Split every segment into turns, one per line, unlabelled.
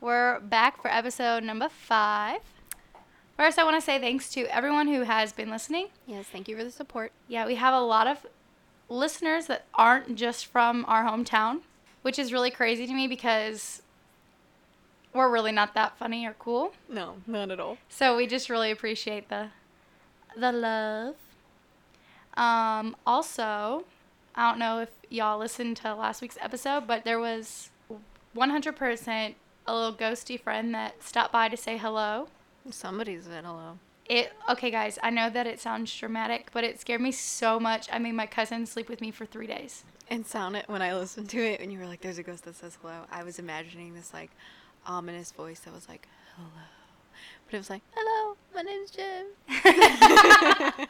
We're back for episode number five. First, I want to say thanks to everyone who has been listening.
Yes, thank you for the support.
Yeah, we have a lot of listeners that aren't just from our hometown, which is really crazy to me because we're really not that funny or cool.
No, not at all.
So we just really appreciate the the love. Um, also, I don't know if y'all listened to last week's episode, but there was 100% a little ghosty friend that stopped by to say hello.
Somebody's been hello.
It okay, guys. I know that it sounds dramatic, but it scared me so much. I made my cousin sleep with me for three days.
And sound it when I listened to it, and you were like, "There's a ghost that says hello." I was imagining this like ominous voice that was like, "Hello," but it was like, "Hello, my name's Jim." but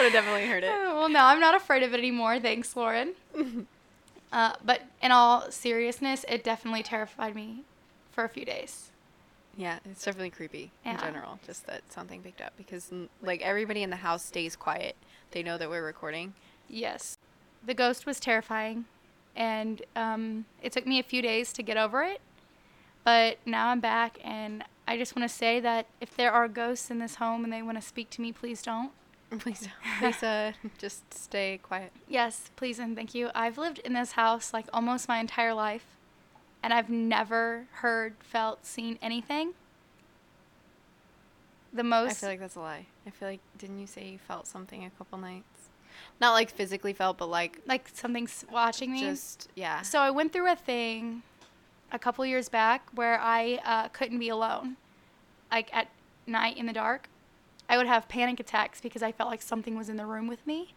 I definitely heard it.
Oh, well, no, I'm not afraid of it anymore. Thanks, Lauren. uh, but in all seriousness, it definitely terrified me for a few days.
Yeah, it's definitely creepy in
Yeah.
general. Just that something picked up because n- like everybody in the house stays quiet. They know that we're recording.
Yes. The ghost was terrifying, and um, it took me a few days to get over it. But now I'm back, and I just want to say that if there are ghosts in this home and they want to speak to me, please don't.
Please, please, uh, just stay quiet.
Yes, please and thank you. I've lived in this house like almost my entire life, and I've never heard, felt, seen anything. The most.
I feel like that's a lie. I feel like didn't you say you felt something a couple nights? Not like physically felt, but like
like something's watching me.
just yeah.
So I went through a thing a couple years back where I uh, couldn't be alone. Like at night in the dark, I would have panic attacks because I felt like something was in the room with me.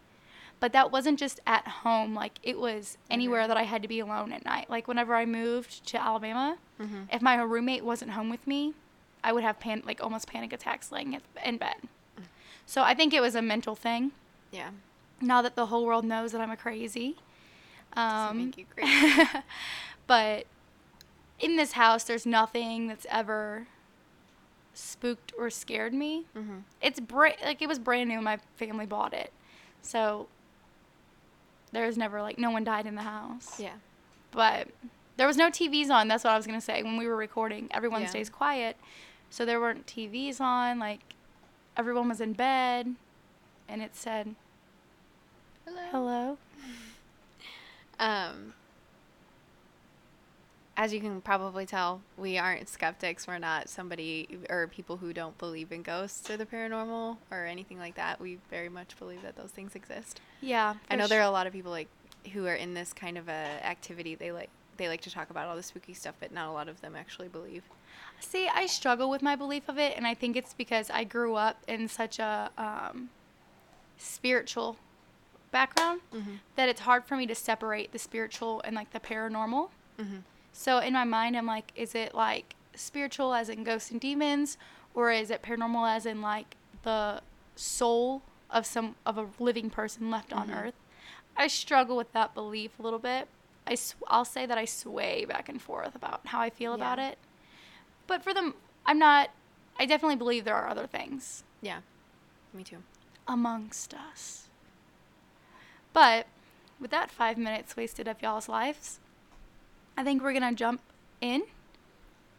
But that wasn't just at home, like it was anywhere that I had to be alone at night. Like whenever I moved to Alabama,
Mm-hmm.
if my roommate wasn't home with me, I would have pan- like almost panic attacks laying at- in bed. So I think it was a mental thing.
yeah.
Now that the whole world knows that I'm a crazy.
Doesn't
Um,
make you crazy.
but in this house, there's nothing that's ever spooked or scared me.
mm-hmm.
It's bra- like it was brand new. My family bought it, so there was never like no one died in the house.
Yeah.
But there was no TVs on. That's what I was gonna say when we were recording. Everyone
Yeah.
stays quiet, so there weren't TVs on. Like everyone was in bed, and it said hello.
Um, as you can probably tell, we aren't skeptics. We're not somebody or people who don't believe in ghosts or the paranormal or anything like that. We very much believe that those things exist.
Yeah,
I
for
know
su-
there are a lot of people like who are in this kind of a activity. They like they like to talk about all the spooky stuff, but not a lot of them actually believe.
See, I struggle with my belief of it, and I think it's because I grew up in such a um, spiritual background
Mm. Mm-hmm,
that it's hard for me to separate the spiritual and like the paranormal.
mm-hmm.
So in my mind, I'm like, is it like spiritual as in ghosts and demons, or is it paranormal as in like the soul of some of a living person left on Earth? I struggle with that belief a little bit. I sw- I'll say that I sway back and forth about how I feel about
Yeah.
it. But for them, I'm not. I definitely believe there are other things
Yeah, me too.
amongst us. But with that five minutes wasted of y'all's lives, I think we're gonna jump in.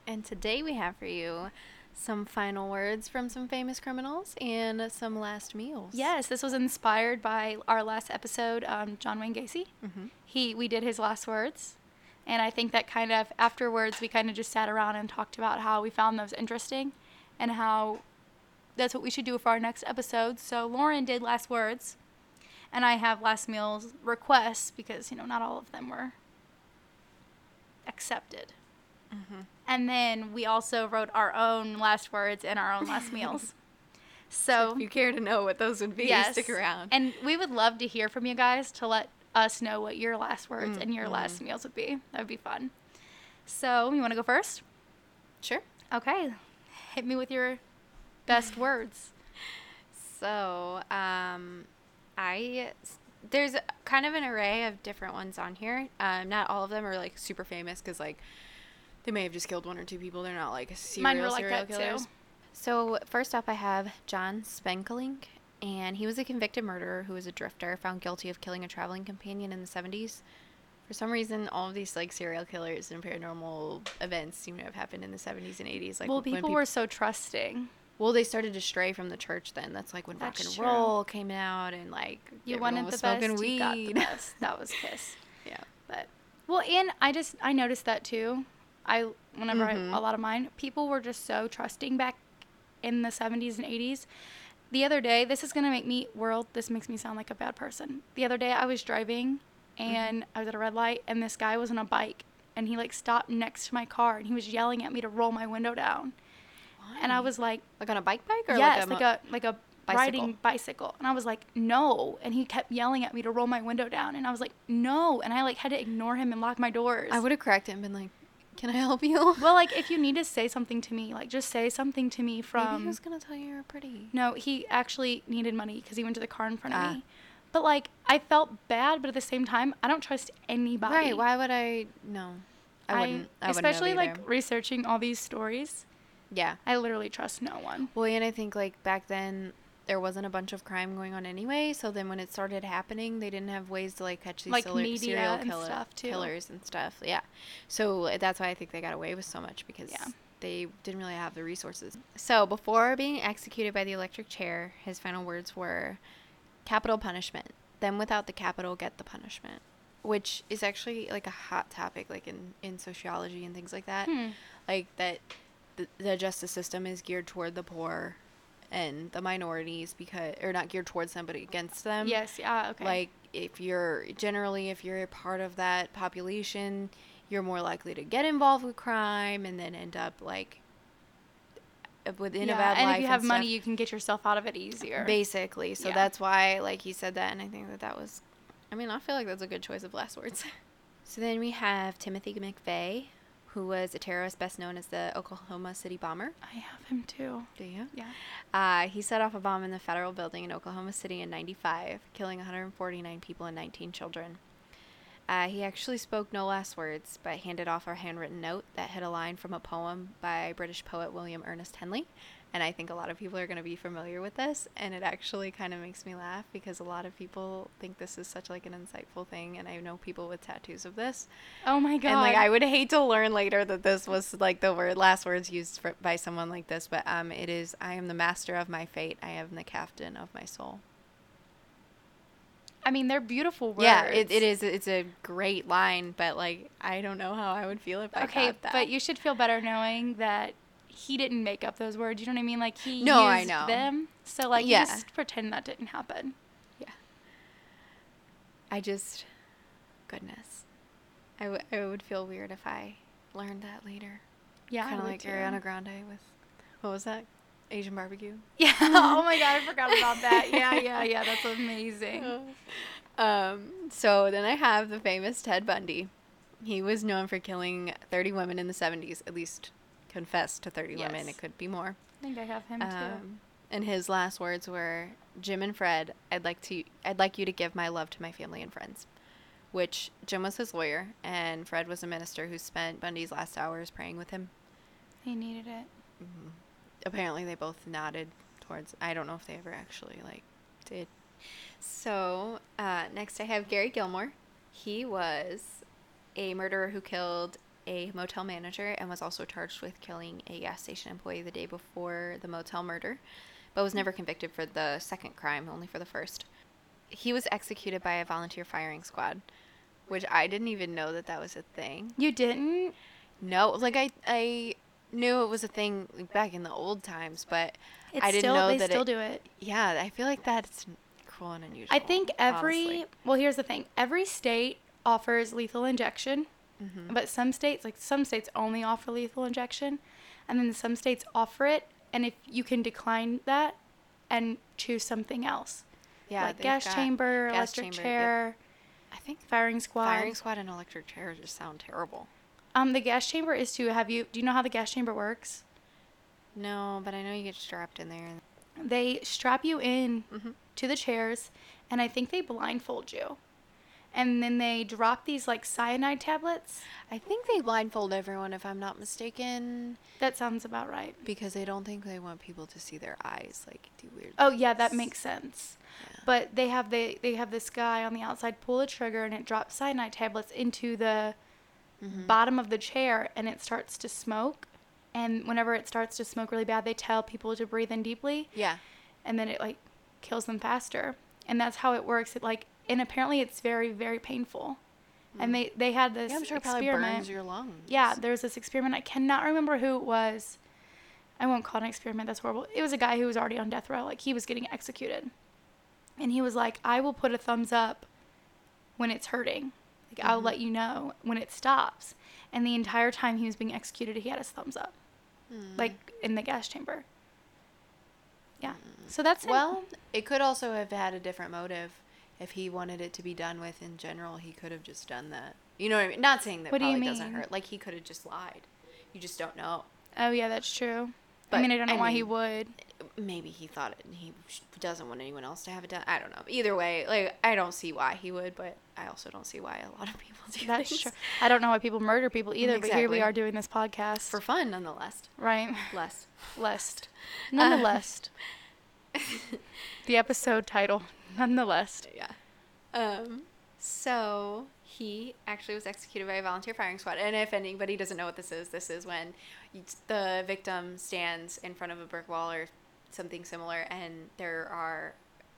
And today we have for you some final words from some famous criminals and some last meals.
Yes, this was inspired by our last episode, um, John Wayne Gacy.
Mhm.
He, we did his last words, and I think that kind of afterwards we kind of just sat around and talked about how we found those interesting, and how that's what we should do for our next episode. So Lauren did last words, and I have last meals requests because you know not all of them were accepted. And then we also wrote our own last words and our own last meals. So
If you care to know what those would be, stick around.
and we would love to hear from you guys to let us know what your last words
Mm,
and your last meals would be. That would be fun. So, you want to go first?
sure.
Okay. Hit me with your best words.
So, um, I there's kind of an array of different ones on here. Um, not all of them are like super famous because like they may have just killed one or two people. They're not like serial
Mine were like
serial
that, too.
killers. So first up, I have John Spenkelink, and he was a convicted murderer who was a drifter found guilty of killing a traveling companion in the 70s. For some reason, all of these like serial killers and paranormal events seem to have happened in the 70s and 80s. Like
well,
when
people, were so trusting.
well, they started to stray from the church. Then that's like when rock
That's
and
true.
roll came out and like
You
everyone
wanted
was
the
smoking
best,
weed.
you got the best. That was Kiss.
yeah,
But well, and I just I noticed that too. I whenever
Mhm.
I, a lot of mine people were just so trusting back in the 70s and 80s. The other day, this is gonna make me world. This makes me sound like a bad person. The other day, I was driving and I was at a red light, and this guy was on a bike, and he like stopped next to my car, and he was yelling at me to roll my window down, and I
Why?
was like,
like on a bike bike or
yes,
like
like
a, mo-
a like a riding
Bicycle.
bicycle. And I was like, no. And he kept yelling at me to roll my window down, and I was like, no. And I like had to ignore him and lock my doors.
I would have cracked it and been like, "Can I help you?"
Well, like if you need to say something to me, like just say something to me from.
maybe he was gonna tell you you're pretty.
No, he actually needed money because he went to the car in front of
Ah.
me. But like, I felt bad, but at the same time, I don't trust anybody.
Right? Why would I? No, I wouldn't. I, wouldn't know
especially like
either.
researching all these stories.
yeah.
I literally trust no one.
Well, and I think like back then there wasn't a bunch of crime going on anyway. So then when it started happening, they didn't have ways to like catch these
Like
serial-
media
serial
and
killer-
stuff, too.
killers and stuff. Yeah. So uh, that's why I think they got away with so much because
Yeah.
they didn't really have the resources. So before being executed by the electric chair, his final words were, "Capital punishment. Then without the capital, get the punishment." Which is actually like a hot topic, like in in sociology and things like that
Hmm.
like that the, the justice system is geared toward the poor and the minorities because or not geared towards them but against them
yes. Yeah. Okay.
Um, like if you're generally if you're a part of that population you're more likely to get involved with crime and then end up like within a
yeah.
bad
and
life
if you have money,
stuff.
you can get yourself out of it easier.
basically so
Yeah.
that's why like he said that and i think that that was i mean i feel like that's a good choice of last words so then we have timothy mcveigh who was a terrorist best known as the oklahoma city bomber
I have him too.
do you
Yeah.
uh, he set off a bomb in the federal building in oklahoma city in 95 killing 149 people and 19 children uh, he actually spoke no last words but handed off a handwritten note that had a line from a poem by british poet william ernest henley and i think a lot of people are going to be familiar with this and it actually kind of makes me laugh because a lot of people think this is such like an insightful thing and i know people with tattoos of this
Oh my god.
and like I would hate to learn later that this was like the word last words used for, by someone like this, but um, it is I am the master of my fate. I am the captain of my soul.
I mean, they're beautiful words.
Yeah, it, it is. It's a great line, but like I don't know how I would feel if I
okay,
got that.
but you should feel better knowing that he didn't make up those words. You know what I mean? Like he
No, I
used
know.
them. So like, you
Yeah.
just pretend that didn't happen.
yeah, I just goodness, I, w- I would feel weird if I learned that later.
Yeah, I
kind of
would
like
too.
Ariana Grande with what was that Asian barbecue.
Yeah. oh my god, I forgot about that. Yeah, yeah, yeah. That's amazing. Oh.
um, so then I have the famous Ted Bundy. He was known for killing 30 women in the 70s, at least confessed to 30 women.
Yes.
It could be more.
I think I have him too.
Um, and his last words were, "Jim and Fred, I'd like to, I'd like you to give my love to my family and friends." Which Jim was his lawyer, and Fred was a minister who spent Bundy's last hours praying with him.
He needed it.
apparently they both nodded towards i don't know if they ever actually like did so uh, next i have gary gilmore he was a murderer who killed a motel manager and was also charged with killing a gas station employee the day before the motel murder but was never convicted for the second crime only for the first he was executed by a volunteer firing squad which i didn't even know that that was a thing
You didn't?
no, like I I knew it was a thing like, back in the old times, but
It's
I didn't
still,
know
they
that
still
it,
do it.
Yeah, I feel like that's n- cruel and unusual.
I think every
honestly.
well, here's the thing. Every state offers lethal injection,
Mm-hmm.
but some states, like some states, only offer lethal injection, and then some states offer it. And if you can decline that, and choose something else,
yeah,
like
they've
gas
got
chamber,
gas
electric
chamber, yep.
chair,
I think
firing squad.
firing squad and electric chair just sound terrible.
um, the gas chamber is to have you. Do you know how the gas chamber works?
No, but I know you get strapped in there. and-
they strap you in
Mm-hmm.
to the chairs and i think they blindfold you and then they drop these like cyanide tablets
I think they blindfold everyone if I'm not mistaken
that sounds about right
because they don't think they want people to see their eyes like do weird.
oh yeah that Oh, makes sense
Yeah.
But they have the they have this guy on the outside pull the trigger and it drops cyanide tablets into the
Mm-hmm.
bottom of the chair and it starts to smoke. And whenever it starts to smoke really bad, they tell people to breathe in deeply
Yeah.
and then it like kills them faster. And that's how it works. It like and apparently it's very very painful. And they they had this
Hmm. Yeah, I'm sure it probably
experiment.
burns your lungs.
Yeah, there was this experiment. I cannot remember who it was. I won't call it an experiment. That's horrible. It was a guy who was already on death row. Like, he was getting executed. And he was like, I will put a thumbs up when it's hurting. Like, I'll
Mm-hmm.
let you know when it stops. And the entire time he was being executed, he had his thumbs up,
Mm.
like in the gas chamber. Yeah. So that's
Mm. Well, it could also have had a different motive. If he wanted it to be done with in general, he could have just done that. You know what I mean? Not saying that
What do you
probably doesn't
mean?
hurt. Like he could have just lied. You just don't know.
Oh, yeah, that's true. I
But,
mean, I don't know
I
why he
mean-
would.
Maybe he thought it. He sh- doesn't want anyone else to have it done. I don't know. Either way, like I don't see why he would, but I also don't see why a lot of people do
That's
things
true. I don't know why people murder people either, but here we
Exactly.
are doing this podcast.
for fun, nonetheless.
right.
Less.
Lest. Nonetheless. Uh, the episode title. Nonetheless.
Yeah. Um, so he actually was executed by a volunteer firing squad. And if anybody doesn't know what this is, this is when you- the victim stands in front of a brick wall or something similar, and there are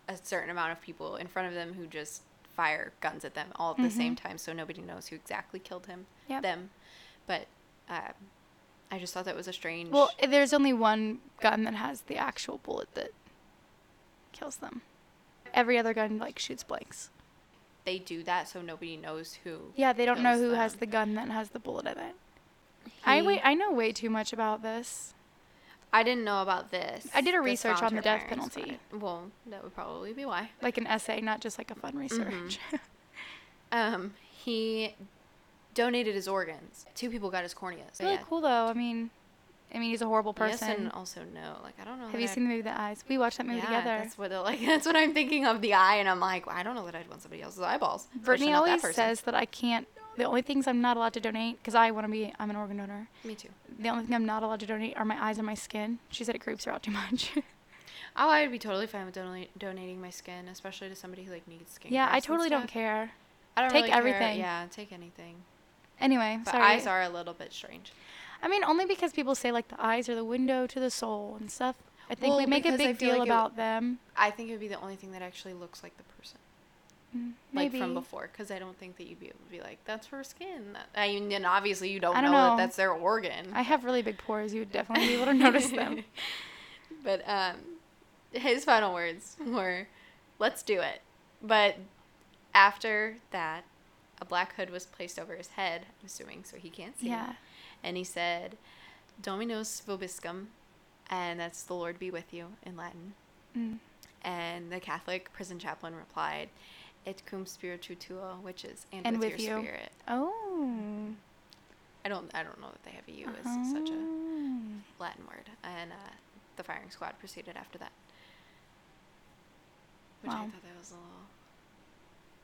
a certain amount of people in front of them who just fire guns at them all at the same time, so nobody knows who exactly killed him.
Mm-hmm. Yep.
Them. But um, I just thought that was a strange.
Well, there's only one gun that has the actual bullet that kills them. Every other gun like shoots blanks.
they do that so nobody knows who.
Yeah, they don't know
kills
who has
them.
the gun that has the bullet in it. I
He-
wait, I know way too much about this.
I didn't know about this.
I did a
this
research on the
volunteer
death
firing squad.
penalty.
Well, that would probably be why.
Like an essay, not just like a
Mm-hmm.
fun research.
Um, he donated his organs. Two people got his corneas.
it's really cool though. I mean, I mean he's a horrible
Yes,
person.
and also no. Like I don't know.
Have
that
you
I'd-
seen the movie The Eyes? We watched that movie
yeah,
together.
That's what like that's what I'm thinking of the eye, and I'm like, well, I don't know that I'd want somebody else's eyeballs. especially
Brittany
not that
always
person.
says that I can't. The only things I'm not allowed to donate because I want to be. I'm an organ donor.
Me too.
The only thing I'm not allowed to donate are my eyes and my skin. She said it creeps her out too much.
Oh, I'd be totally fine with donat- donating my skin, especially to somebody who like needs skin.
yeah,
grafts
I
and
totally don't
stuff.
care.
I don't
Take
really care.
everything.
Yeah, take anything.
Anyway,
But
sorry.
eyes are a little bit strange.
I mean, only because people say like the eyes are the window to the soul and stuff. I think we
Well,
make a
because I
big
feel
deal
like it w-
about them.
I think it would be the only thing that actually looks like the person. like
Maybe.
from before because I don't think that you'd be able to be like that's her skin. That- I mean, and obviously you don't,
I
know,
don't know.
that that's their organ.
I have really big pores. You would definitely be able to notice them.
but um, his final words were, "Let's do it." But after that, a black hood was placed over his head, I'm assuming so he can't see.
Yeah.
And he said, "Dominus vobiscum," and that's "The Lord be with you" in Latin.
Mm.
And the Catholic prison chaplain replied, "Et cum spiritu tuo," which is "and,
And
with,
with
your
you.
spirit."
Oh.
I don't I don't know that they have a U as such a
Oh.
Latin word. And uh, the firing squad proceeded after that. Which I
Wow.
thought that was a little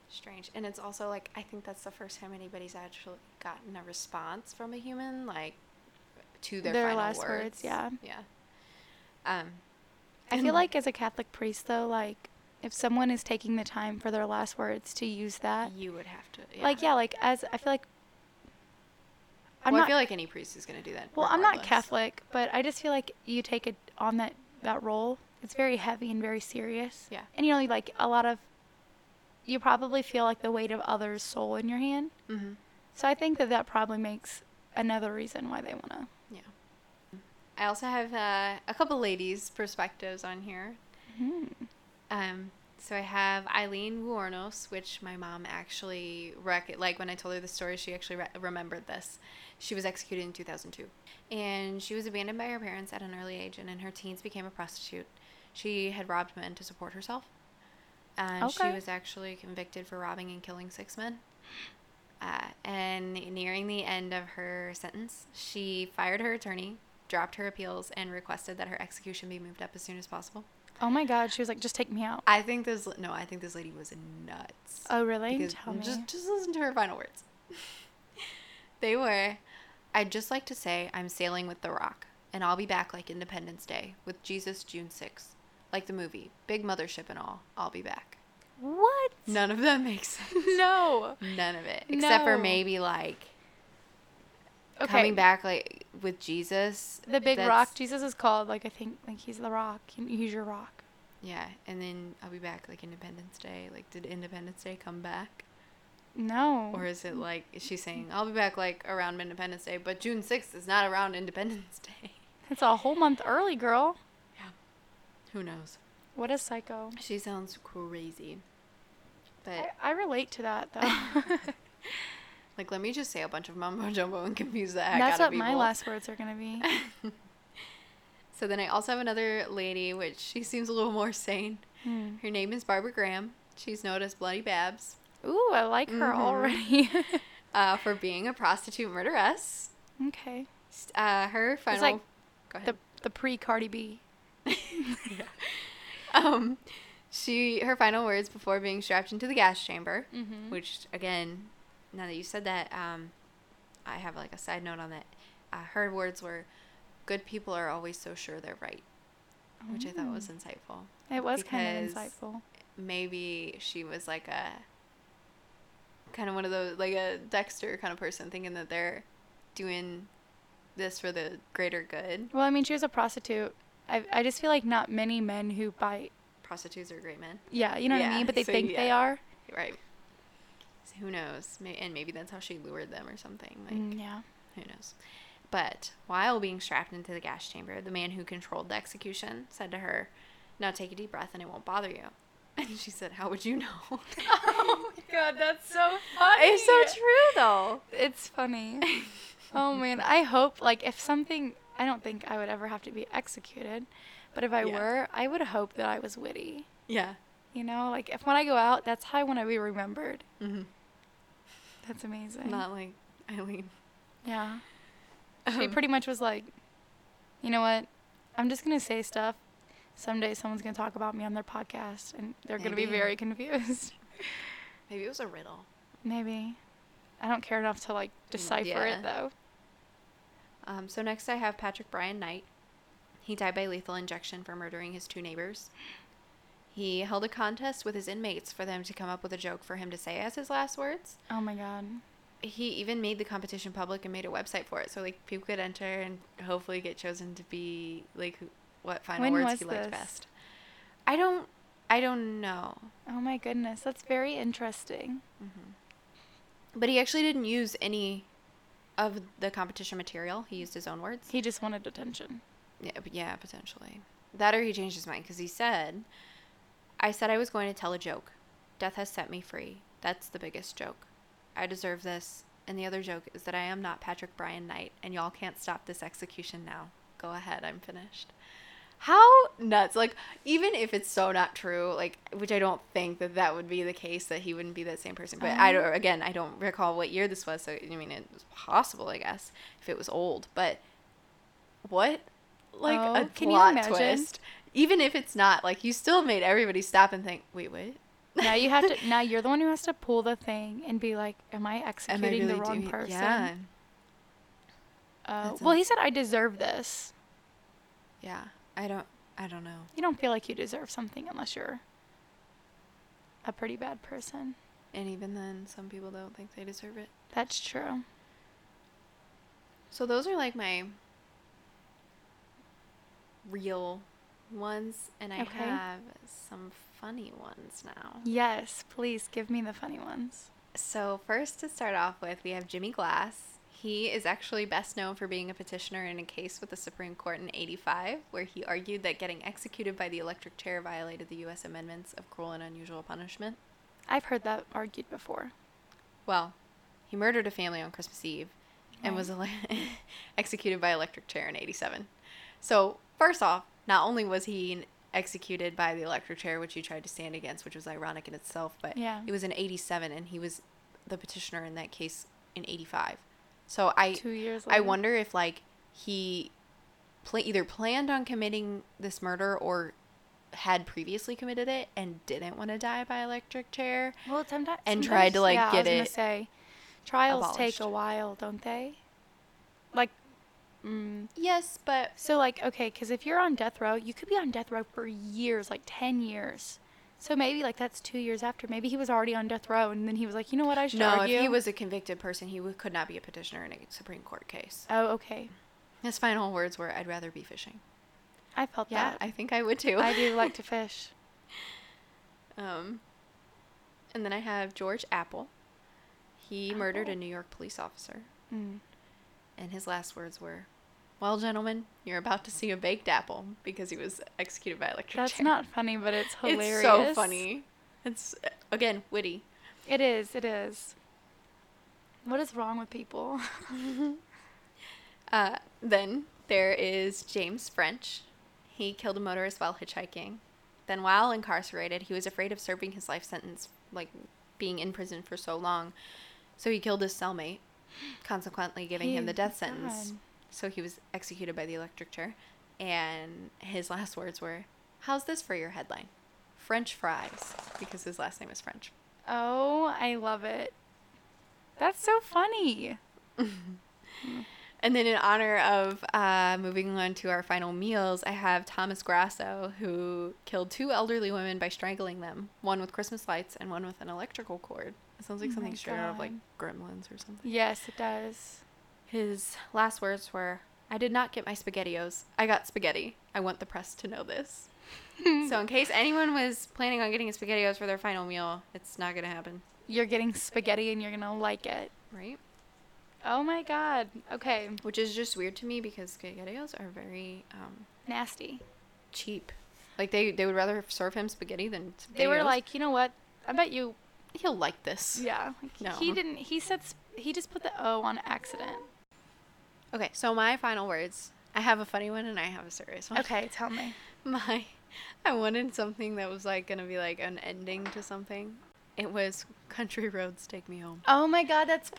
strange. And it's also like I think that's the first time anybody's actually gotten a response from a human, like to their,
Their
final
last
words.
words, yeah.
Yeah. Um
I
and-
feel like as a Catholic priest, though, like if someone is taking the time for their last words to use that,
you would have to
like yeah, like as I feel like I'm
well,
not
I feel like any priest is gonna do that.
well, I'm not
regardless.
Catholic, but I just feel like you take it on that that role. It's very heavy and very serious.
Yeah.
and you know, like a lot of you probably feel like the weight of others' soul in your hand.
Mhm.
So I think that that probably makes another reason why they want to.
Yeah. I also have uh, a couple ladies' perspectives on here. Um, so I have Eileen Wuornos, which my mom actually rec- like when I told her the story, she actually re- remembered this. She was executed in 2002, and she was abandoned by her parents at an early age, and in her teens became a prostitute. She had robbed men to support herself, and she
Okay.
was actually convicted for robbing and killing six men. Uh, and nearing the end of her sentence, she fired her attorney, dropped her appeals, and requested that her execution be moved up as soon as possible.
Oh my God, she was like, just take me out.
I think this no, I think this lady was nuts.
Oh really?
Because-
Tell me.
Just just listen to her final words. they were, I'd just like to say I'm sailing with the rock, and I'll be back like Independence Day with Jesus June 6th. like the movie, big mothership and all. I'll be back.
What?
None of that makes sense.
No.
None of it, except for
No.
maybe like
Okay.
coming back like with Jesus.
The big
that's-
rock Jesus is called like I think like he's the rock. and He's your rock.
Yeah, and then I'll be back like Independence Day. Like, did Independence Day come back?
No.
Or is it like is she saying I'll be back like around Independence Day, but June sixth is not around Independence Day.
it's a whole month early, girl.
Yeah. Who knows?
What a psycho.
She sounds crazy.
I,
But
I relate to that though.
like let me just say a bunch of mumbo jumbo and confuse the heck
That's
out
what
of people.
my last words are gonna be.
So then I also have another lady which she seems a little more sane.
Hmm.
Her name is Barbara Graham. She's known as Bloody Babs
Ooh, I like her
Mhm.
already.
uh, for being a prostitute murderess.
okay.
S- Uh, her final
like
Go ahead.
The the pre Cardi B.
um, she her final words before being strapped into the gas chamber,
Mhm.
which again, now that you said that, um, I have like a side note on that. Uh, her words were, "Good people are always so sure they're right," which I thought was insightful.
It was kind of
because-
insightful.
Maybe she was like a kind of one of those like a Dexter kind of person, thinking that they're doing this for the greater good.
Well, I mean, she was a prostitute. I I just feel like not many men who buy.
Prostitutes are great men.
Yeah, you know what
Yeah,
I mean. But they
so
think they
yeah.
are.
Right. So who knows? May- And maybe that's how she lured them or something. Like,
Mm, yeah.
who knows? But while being strapped into the gas chamber, the man who controlled the execution said to her, Now take a deep breath and it won't bother you. And she said, How would you know?
Oh my god, that's so funny.
it's so true, though.
It's funny. oh man, I hope like if something I don't think I would ever have to be executed, but if I
Yeah.
were, I would hope that I was witty.
Yeah.
You know, like if when I go out, that's how I want to be remembered.
Mm-hmm.
That's amazing.
Not like Eileen.
yeah. She
Um,
pretty much was like, you know what? I'm just going to say stuff. Someday someone's going to talk about me on their podcast and they're going to be
Maybe.
very confused.
Maybe it was a riddle.
Maybe. I don't care enough to like decipher
Mm, yeah.
it though.
Um, so next I have Patrick Brian Knight. He died by lethal injection for murdering his two neighbors. He held a contest with his inmates for them to come up with a joke for him to say as his last words.
Oh my god.
He even made the competition public and made a website for it so like people could enter and hopefully get chosen to be like who- what final
When
words
was
he liked
this?
best. I don't I don't know.
Oh my goodness. That's very interesting.
But he actually didn't use any of the competition material. He used his own words.
He just wanted attention.
Yeah, p- yeah, potentially. That or he changed his mind because he said, I said I was going to tell a joke. Death has set me free. That's the biggest joke. I deserve this. And the other joke is that I am not Patrick Bryan Knight, and y'all can't stop this execution now. Go ahead, I'm finished. How nuts. Like, even if it's so not true, like, which I don't think that that would be the case, that he wouldn't be that same person. But I
Um.
don't, again, I don't recall what year this was, so I mean, it was possible, I guess, if it was old. But what like a
Oh, can you
plot
imagine?
twist even if it's not like you still made everybody stop and think wait what
Now you have to now you're the one who has to pull the thing and be like, Am I
am
executing
i really
the wrong
doing
person?
yeah
Uh,
That's
well he
ins-
said I deserve this.
yeah i don't i don't know
You don't feel like you deserve something unless you're a pretty bad person.
and even then some people don't think they deserve it
That's true.
so those are like my real ones and i
Okay.
have some funny ones now
Yes, please give me the funny ones.
So, first to start off with, we have Jimmy Glass. He is actually best known for being a petitioner in a case with the Supreme Court in 85, where he argued that getting executed by the electric chair violated the U.S. amendments of cruel and unusual punishment.
I've heard that argued before.
Well, he murdered a family on Christmas Eve and was ele- executed by electric chair in 87. So, first off, not only was he executed by the electric chair, which he tried to stand against, which was ironic in itself, but
Yeah.
it was in 87 and he was the petitioner in that case in 85. So, I
Two years
I
later.
wonder if like he pla either planned on committing this murder or had previously committed it and didn't want to die by electric chair.
Well, sometimes
and tried to, like,
yeah,
get
I was gonna
it
say, trials take
abolished.
a while, don't they? Like, mm.
Yes, but
So like okay, because if you're on death row, you could be on death row for years, like ten years. So maybe like that's two years after. Maybe he was already on death row, and then he was like, you know what, I should
no,
argue.
if he was a convicted person, he w- could not be a petitioner in a Supreme Court case.
Oh, okay.
His final words were, "I'd rather be fishing."
I felt
Yeah,
that.
I think I would too.
I do like to fish.
Um, and then I have George Apple. He murdered a
Apple.
New York police officer,
Mm.
and his last words were, "Well, gentlemen, you're about to see a baked apple," because he was executed by electric
That's
chair.
not funny, but it's hilarious.
It's so funny. It's uh, again witty.
It is. It is. What is wrong with people?
Uh, then there is James French. He killed a motorist while hitchhiking. Then, while incarcerated, he was afraid of serving his life sentence, like being in prison for so long. So he killed his cellmate, consequently giving him
Hey,
the death
God.
sentence. So he was executed by the electric chair. And his last words were, "How's this for your headline? French fries," because his last name is French.
Oh, I love it. That's so funny.
And then, in honor of uh, moving on to our final meals, I have Thomas Grasso, who killed two elderly women by strangling them, one with Christmas lights and one with an electrical cord. It sounds like
Oh
something
my
straight out of like
God.
gremlins or something.
Yes, it does.
His last words were, I did not get my SpaghettiOs. I got spaghetti. I want the press to know this. so, in case anyone was planning on getting SpaghettiOs for their final meal, it's not going to happen,
You're getting spaghetti and you're gonna like it.
right?
Oh my god. Okay.
Which is just weird to me because SpaghettiOs are very um,
Nasty.
cheap. Like they, they would rather serve him spaghetti than spaghetti.
They were like, you know what? I bet you.
he'll like this.
Yeah. Like,
No.
He didn't. He said sp- he just put the O on accident.
Okay, so my final words. I have a funny one and I have a serious one.
Okay, tell me.
My, I wanted something that was like gonna be like an ending to something. It was country roads take me home.
Oh my god, that's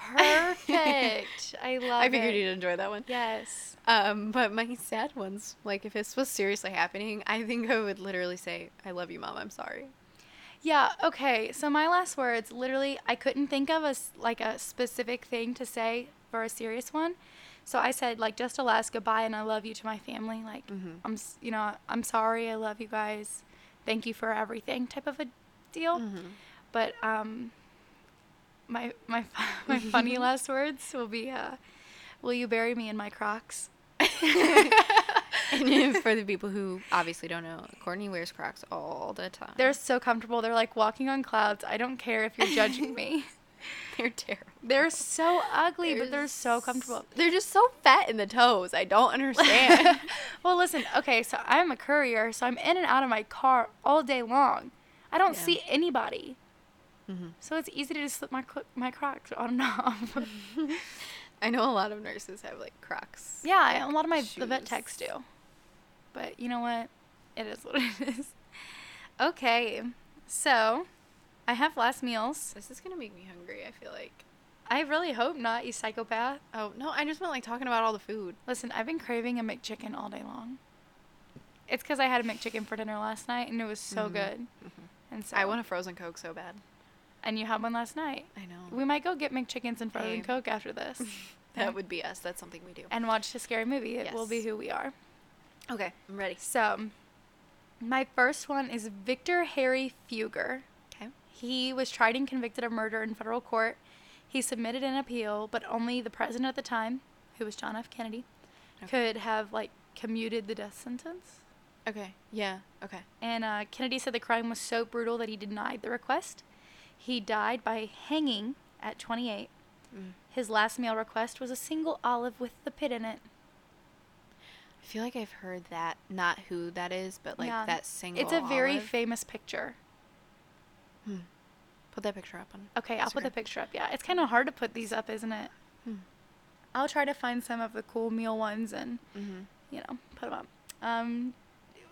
perfect. I love
I figured
it.
you'd enjoy that one.
Yes.
Um, but my sad ones, like if this was seriously happening, I think I would literally say, "I love you, mom. I'm sorry."
Yeah, okay. So my last words, literally I couldn't think of a s- like a specific thing to say for a serious one. So I said like just a last goodbye and I love you to my family like I'm s- you know, I'm sorry. I love you guys. Thank you for everything type of a deal. But um my my fu- my funny last words will be uh will you bury me in my Crocs?
And for the people who obviously don't know, Courtney wears Crocs all the time.
They're so comfortable. They're like walking on clouds. I don't care if you're judging me.
they're terrible.
They're so ugly, but they're so comfortable.
They're just so fat in the toes. I don't understand.
well, listen, okay, so I'm a courier, so I'm in and out of my car all day long. I don't
Yeah.
see anybody. So it's easy to just slip my cro- my Crocs on and off.
I know a lot of nurses have like Crocs.
yeah, I- a lot of my the vet
Shoes.
techs do. But you know what? It is what it is. Okay, so I have last meals.
This is gonna make me hungry. I feel like.
I really hope not, you psychopath.
Oh no! I just meant like talking about all the food.
Listen, I've been craving a McChicken all day long. It's because I had a McChicken for dinner last night and it was so good. And so
I want a frozen Coke so bad.
And you had one last night.
I know.
We might go get McChickens and frozen
Hey.
Coke after this
that would be us. That's something we do.
and watch a scary movie. It will be
Yes.
who we are.
Okay, I'm ready.
So, my first one is Victor Harry Fugger.
Okay.
He was tried and convicted of murder in federal court. He submitted an appeal, but only the president at the time, who was John F. Kennedy,
Okay.
could have like commuted the death sentence.
Okay. Yeah. Okay.
And uh, Kennedy said the crime was so brutal that he denied the request. He died by hanging at 28. His last meal request was a single olive with the pit in it.
I feel like I've heard that. Not who that is, but like
Yeah.
that single.
It's a very
olive.
famous picture.
Put that picture up on.
Okay, I'll put the
Instagram.
picture up. Yeah, it's kind of hard to put these up, isn't it?
Hmm.
I'll try to find some of the cool meal ones and,
Mhm.
you know, put them up. Um,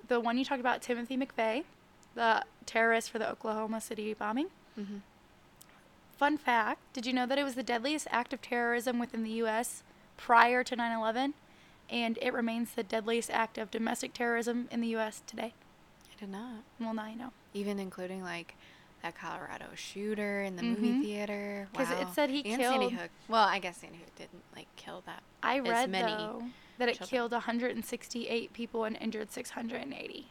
the one you talked about, Timothy McVeigh, the terrorist for the Oklahoma City bombing.
Mhm.
Fun fact Did you know that it was the deadliest act of terrorism within the U.S. prior to 9 11? And it remains the deadliest act of domestic terrorism in the U.S. today?
I did not.
Well, now you know.
Even including like that Colorado shooter in the
Mhm.
movie theater.
'Cause it
Wow.
said he
and Sandy
killed-
Hook. Well, I guess Sandy Hook didn't like kill that.
I
as
read
many.
though that it
Children.
killed 168 people and injured 680.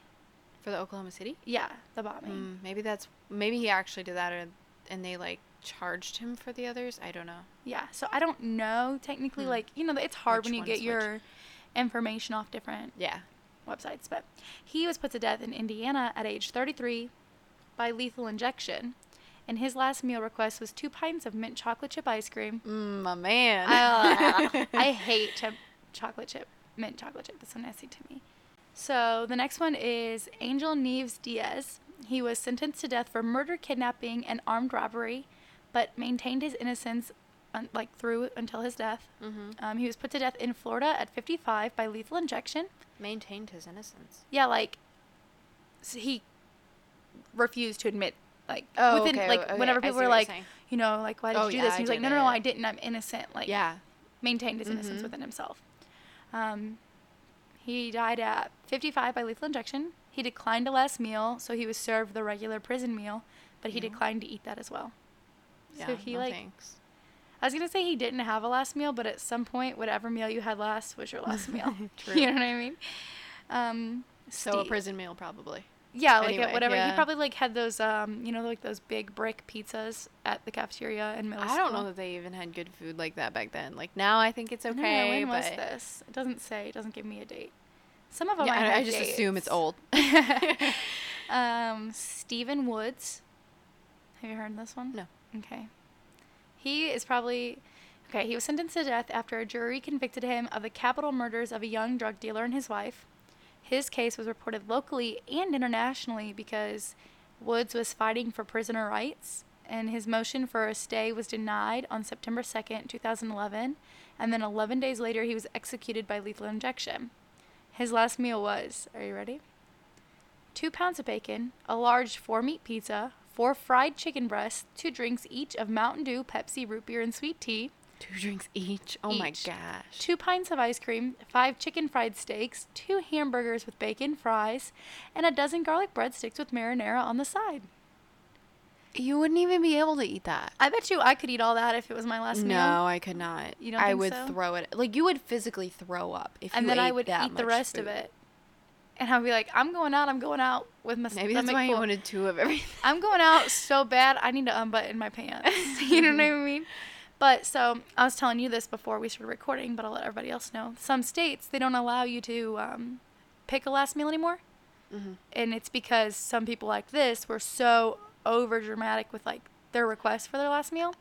for the Oklahoma City.
Yeah, the bombing.
Mm, maybe that's maybe he actually did that, or, and they like charged him for the others. I don't know.
Yeah, so I don't know technically, like you know, it's hard
Hmm. Which
when you
one
get
is which?
your information off different
Yeah.
websites. But he was put to death in Indiana at age 33 by lethal injection, and his last meal request was two pints of mint chocolate chip ice cream.
Mm, my man.
I, I hate chip, chocolate chip, mint chocolate chip. That's so nasty to me. So the next one is Angel Neves Diaz. He was sentenced to death for murder, kidnapping, and armed robbery, but maintained his innocence un- like through until his death.
Mhm.
Um, he was put to death in Florida at 55 by lethal injection.
maintained his innocence.
Yeah, like s he refused to admit like
Oh,
within
okay,
like
okay,
whenever
I see
people were
what you're
like,
saying.
you know, like why did
Oh,
you do
yeah,
this?
I
And he's
did
like, no, no, no,
it.
I didn't. I'm innocent. Like
yeah.
maintained his innocence
Mhm.
within himself. Um, he died at 55 by lethal injection. He declined a last meal, so he was served the regular prison meal, but he
Yeah.
declined to eat that as well.
Yeah.
so he
no
like
thanks.
I was gonna say he didn't have a last meal, but at some point, whatever meal you had last was your last meal.
True.
You know what I mean? Um,
So a
Steve-
prison meal probably.
Yeah, like at
Anyway,
whatever. He
yeah.
probably like had those, um, you know, like those big brick pizzas at the cafeteria in middle
I don't know
school.
that they even had good food like that back then. Like now, I think it's
I
okay.
don't know when
but
was this? It doesn't say. It doesn't give me a date. Some of them
Yeah,
might
I,
have
I just
dates.
assume it's old.
Um, Stephen Woods. Have you heard this one?
No.
Okay. He is probably okay. He was sentenced to death after a jury convicted him of the capital murders of a young drug dealer and his wife. His case was reported locally and internationally because Woods was fighting for prisoner rights, and his motion for a stay was denied on September 2nd, 2011. And then 11 days later, he was executed by lethal injection. His last meal was are you ready? Two pounds of bacon, a large four meat pizza, four fried chicken breasts, two drinks each of Mountain Dew, Pepsi, root beer, and sweet tea,
Two drinks each. Oh my
Each.
gosh.
two pints of ice cream, five chicken fried steaks, two hamburgers with bacon fries, and a dozen garlic breadsticks with marinara on the side.
You wouldn't even be able to eat that.
I bet you I could eat all that if it was my last
No,
meal.
I could not.
You don't
I
think
would
so?
throw it. Like you would physically throw up if
And
you
then
ate
I would
that
eat the
much
rest of
food.
it. And I'd be like, I'm going out, I'm going out with my
Maybe
stomach
that's why you
full.
wanted two of everything.
I'm going out so bad, I need to unbutton my pants. you know what I mean? But so I was telling you this before we started recording, but I'll let everybody else know. Some states, they don't allow you to um, pick a last meal anymore. And it's because some people like this were so over dramatic with like their request for their last meal.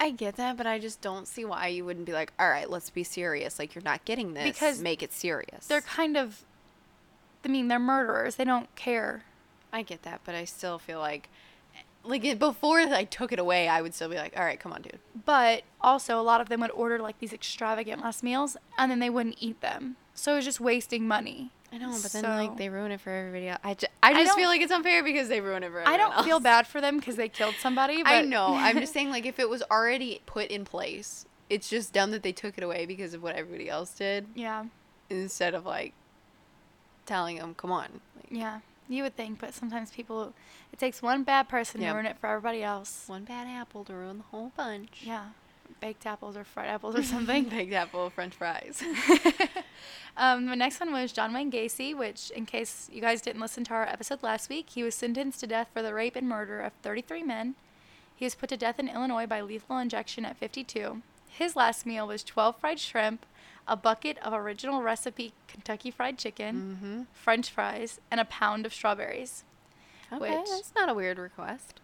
I get that, but I just don't see why you wouldn't be like, all right, let's be serious. Like you're not getting this.
Because
make it serious.
They're kind of, I mean, they're murderers. They don't care.
I get that, but I still feel like, like it, before I took it away, I would still be like, all right, come on, dude.
But also, a lot of them would order like these extravagant last meals and then they wouldn't eat them. So it was just wasting money.
I know, but then like
So-
they ruin it for everybody else. I, ju- I
I
just feel
don't-
like it's unfair because they ruin it for.
I
Everyone
don't feel
else.
bad for them because they killed somebody. But
I know. I'm just saying, like, if it was already put in place, it's just dumb that they took it away because of what everybody else did
yeah,
instead of like telling them, "Come on." Like,
yeah. You would think, but sometimes people, it takes one bad person
Yeah.
to ruin it for everybody else.
One bad apple to ruin the whole bunch.
Yeah, baked apples or fried apples or something.
Big apple French fries.
um, the next one was John Wayne Gacy, which, in case you guys didn't listen to our episode last week, he was sentenced to death for the rape and murder of 33 men. He was put to death in Illinois by lethal injection at 52. His last meal was 12 fried shrimp, a bucket of original recipe Kentucky fried chicken,
mm-hmm.
French fries, and a pound of strawberries.
Okay,
Which-
that's not a weird request.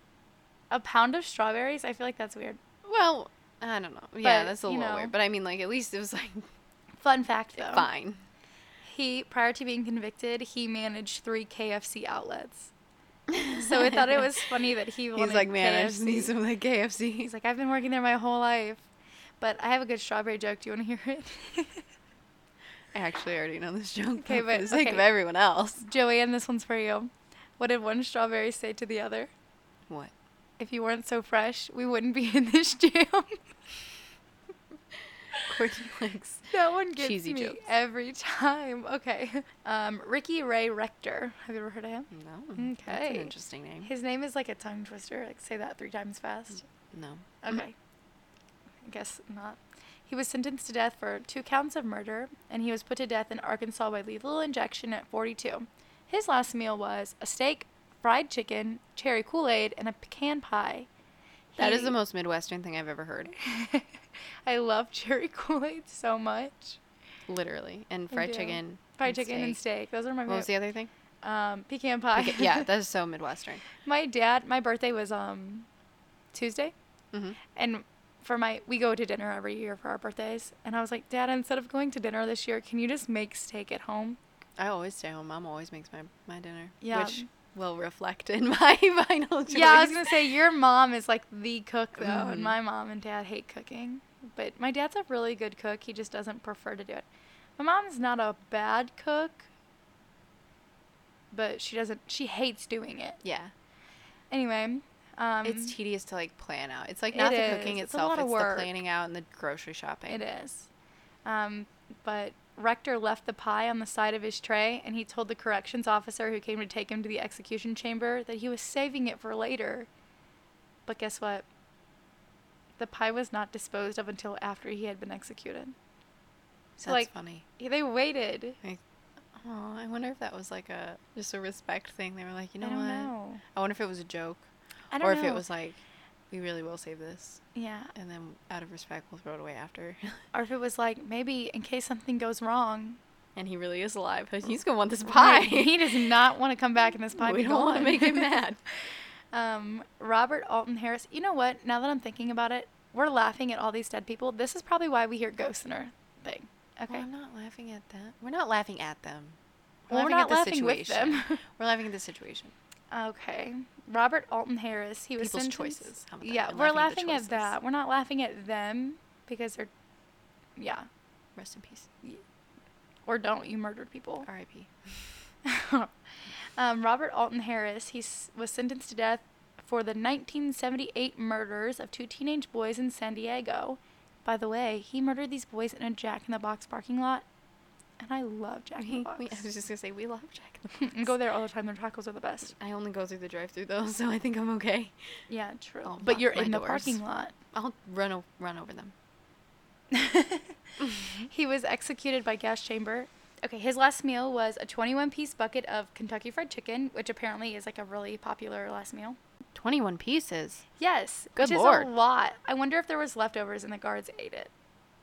A pound of strawberries? I feel like that's weird.
Well, I don't know. Yeah,
But,
that's a
you
little
know.
weird. But I mean, like, at least it was like
Fun fact though.
fine.
He prior to being convicted, he managed three KFC outlets. So we thought it was funny that he wanted
He's like, man, I just
KFC.
need some of the KFC.
He's like, I've been working there my whole life. But I have a good strawberry joke. Do you want to hear it?
I actually already know this joke.
Okay,
but
but-
for the sake of
okay.
everyone else.
Joanne, this one's for you. What did one strawberry say to the other?
What?
If you weren't so fresh, we wouldn't be in this jam.
Courtney likes
that one gets
Cheesy
me
jokes.
every time. Okay. Um, Ricky Ray Rector. Have you ever heard of him?
No. That's an
Okay.
interesting name.
His name is like a tongue
Mm-hmm.
twister. Like say that three times fast.
No.
Okay. I guess not. He was sentenced to death for two counts of murder, and he was put to death in Arkansas by lethal injection at 42. His last meal was a steak, fried chicken, cherry Kool Aid, and a pecan pie.
That is
He-
the most Midwestern thing I've ever heard.
I love cherry Kool Aid so much.
Literally. And
I
fried
do.
chicken.
Fried chicken and steak. Those are my
What was the
favorite.
other thing?
Um, pecan pie.
Okay, yeah, that is so Midwestern.
my dad. My birthday was um, Tuesday.
hmm
and for my we go to dinner every year for our birthdays and i was like dad instead of going to dinner this year can you just make steak at home
I always stay home. Mom always makes my, my dinner.
Yeah.
Which will reflect in my final choice.
yeah i was gonna say your mom is like the cook though
Mhm.
and my mom and dad hate cooking but my dad's a really good cook he just doesn't prefer to do it my mom's not a bad cook but she doesn't she hates doing it
Yeah.
anyway um
it's tedious to like plan out. It's like
it
not the cooking
is. It's a
itself,
lot
it's,
of work.
the planning out and the grocery shopping.
It is. Um, but Rector left the pie on the side of his tray, and he told the corrections officer who came to take him to the execution chamber that he was saving it for later. But guess what? The pie was not disposed of until after he had been executed.
That's
So, like-
funny.
They waited.
Like, oh, I wonder if that was like a just a respect thing. They were like, you know
I don't
what?
know.
I wonder if it was a joke,
I don't
or
know.
if it was like, we really will save this,
yeah,
and then out of respect, we'll throw it away after.
or if it was like maybe in case something goes wrong.
and he really is alive. He's gonna want this pie.
Right, He does not want to come back in this pie.
we
be
don't want to
gone.
make him mad.
Um, Robert Alton Harris. You know what? Now that I'm thinking about it, we're laughing at all these dead people. This is probably why we hear ghosts in our thing. Okay.
Well, I'm not laughing at that. We're not laughing at them.
Well, we're not laughing with them.
we're laughing at the situation.
okay. Robert Alton Harris. He was
People's
sentenced-
choices. How about that?
Yeah,
And
we're laughing
laughing at the
at,
choices.
that. We're not laughing at them because they're, yeah,
Rest in peace.
or don't you murdered people?
R.I.P.
um, Robert Alton Harris. He s- was sentenced to death for the 1978 murders of two teenage boys in San Diego. By the way, he murdered these boys in a Jack in the Box parking lot, and I love Jack in the
We- I was
Box.
just gonna say we love Jack. in the
I
Box.
go there all the time. Their tacos are the best.
I only go through the drive-through though, so I think I'm okay.
Yeah, true.
I'll
but
lock
you're
Oh, my
in the
doors.
parking lot.
I'll run o- run over them.
He was executed by gas chamber. Okay, his last meal was a 21 piece bucket of Kentucky Fried Chicken, which apparently is like a really popular last meal.
Twenty-one pieces.
Yes,
Good
which
lord.
is a lot. I wonder if there was leftovers and the guards ate it.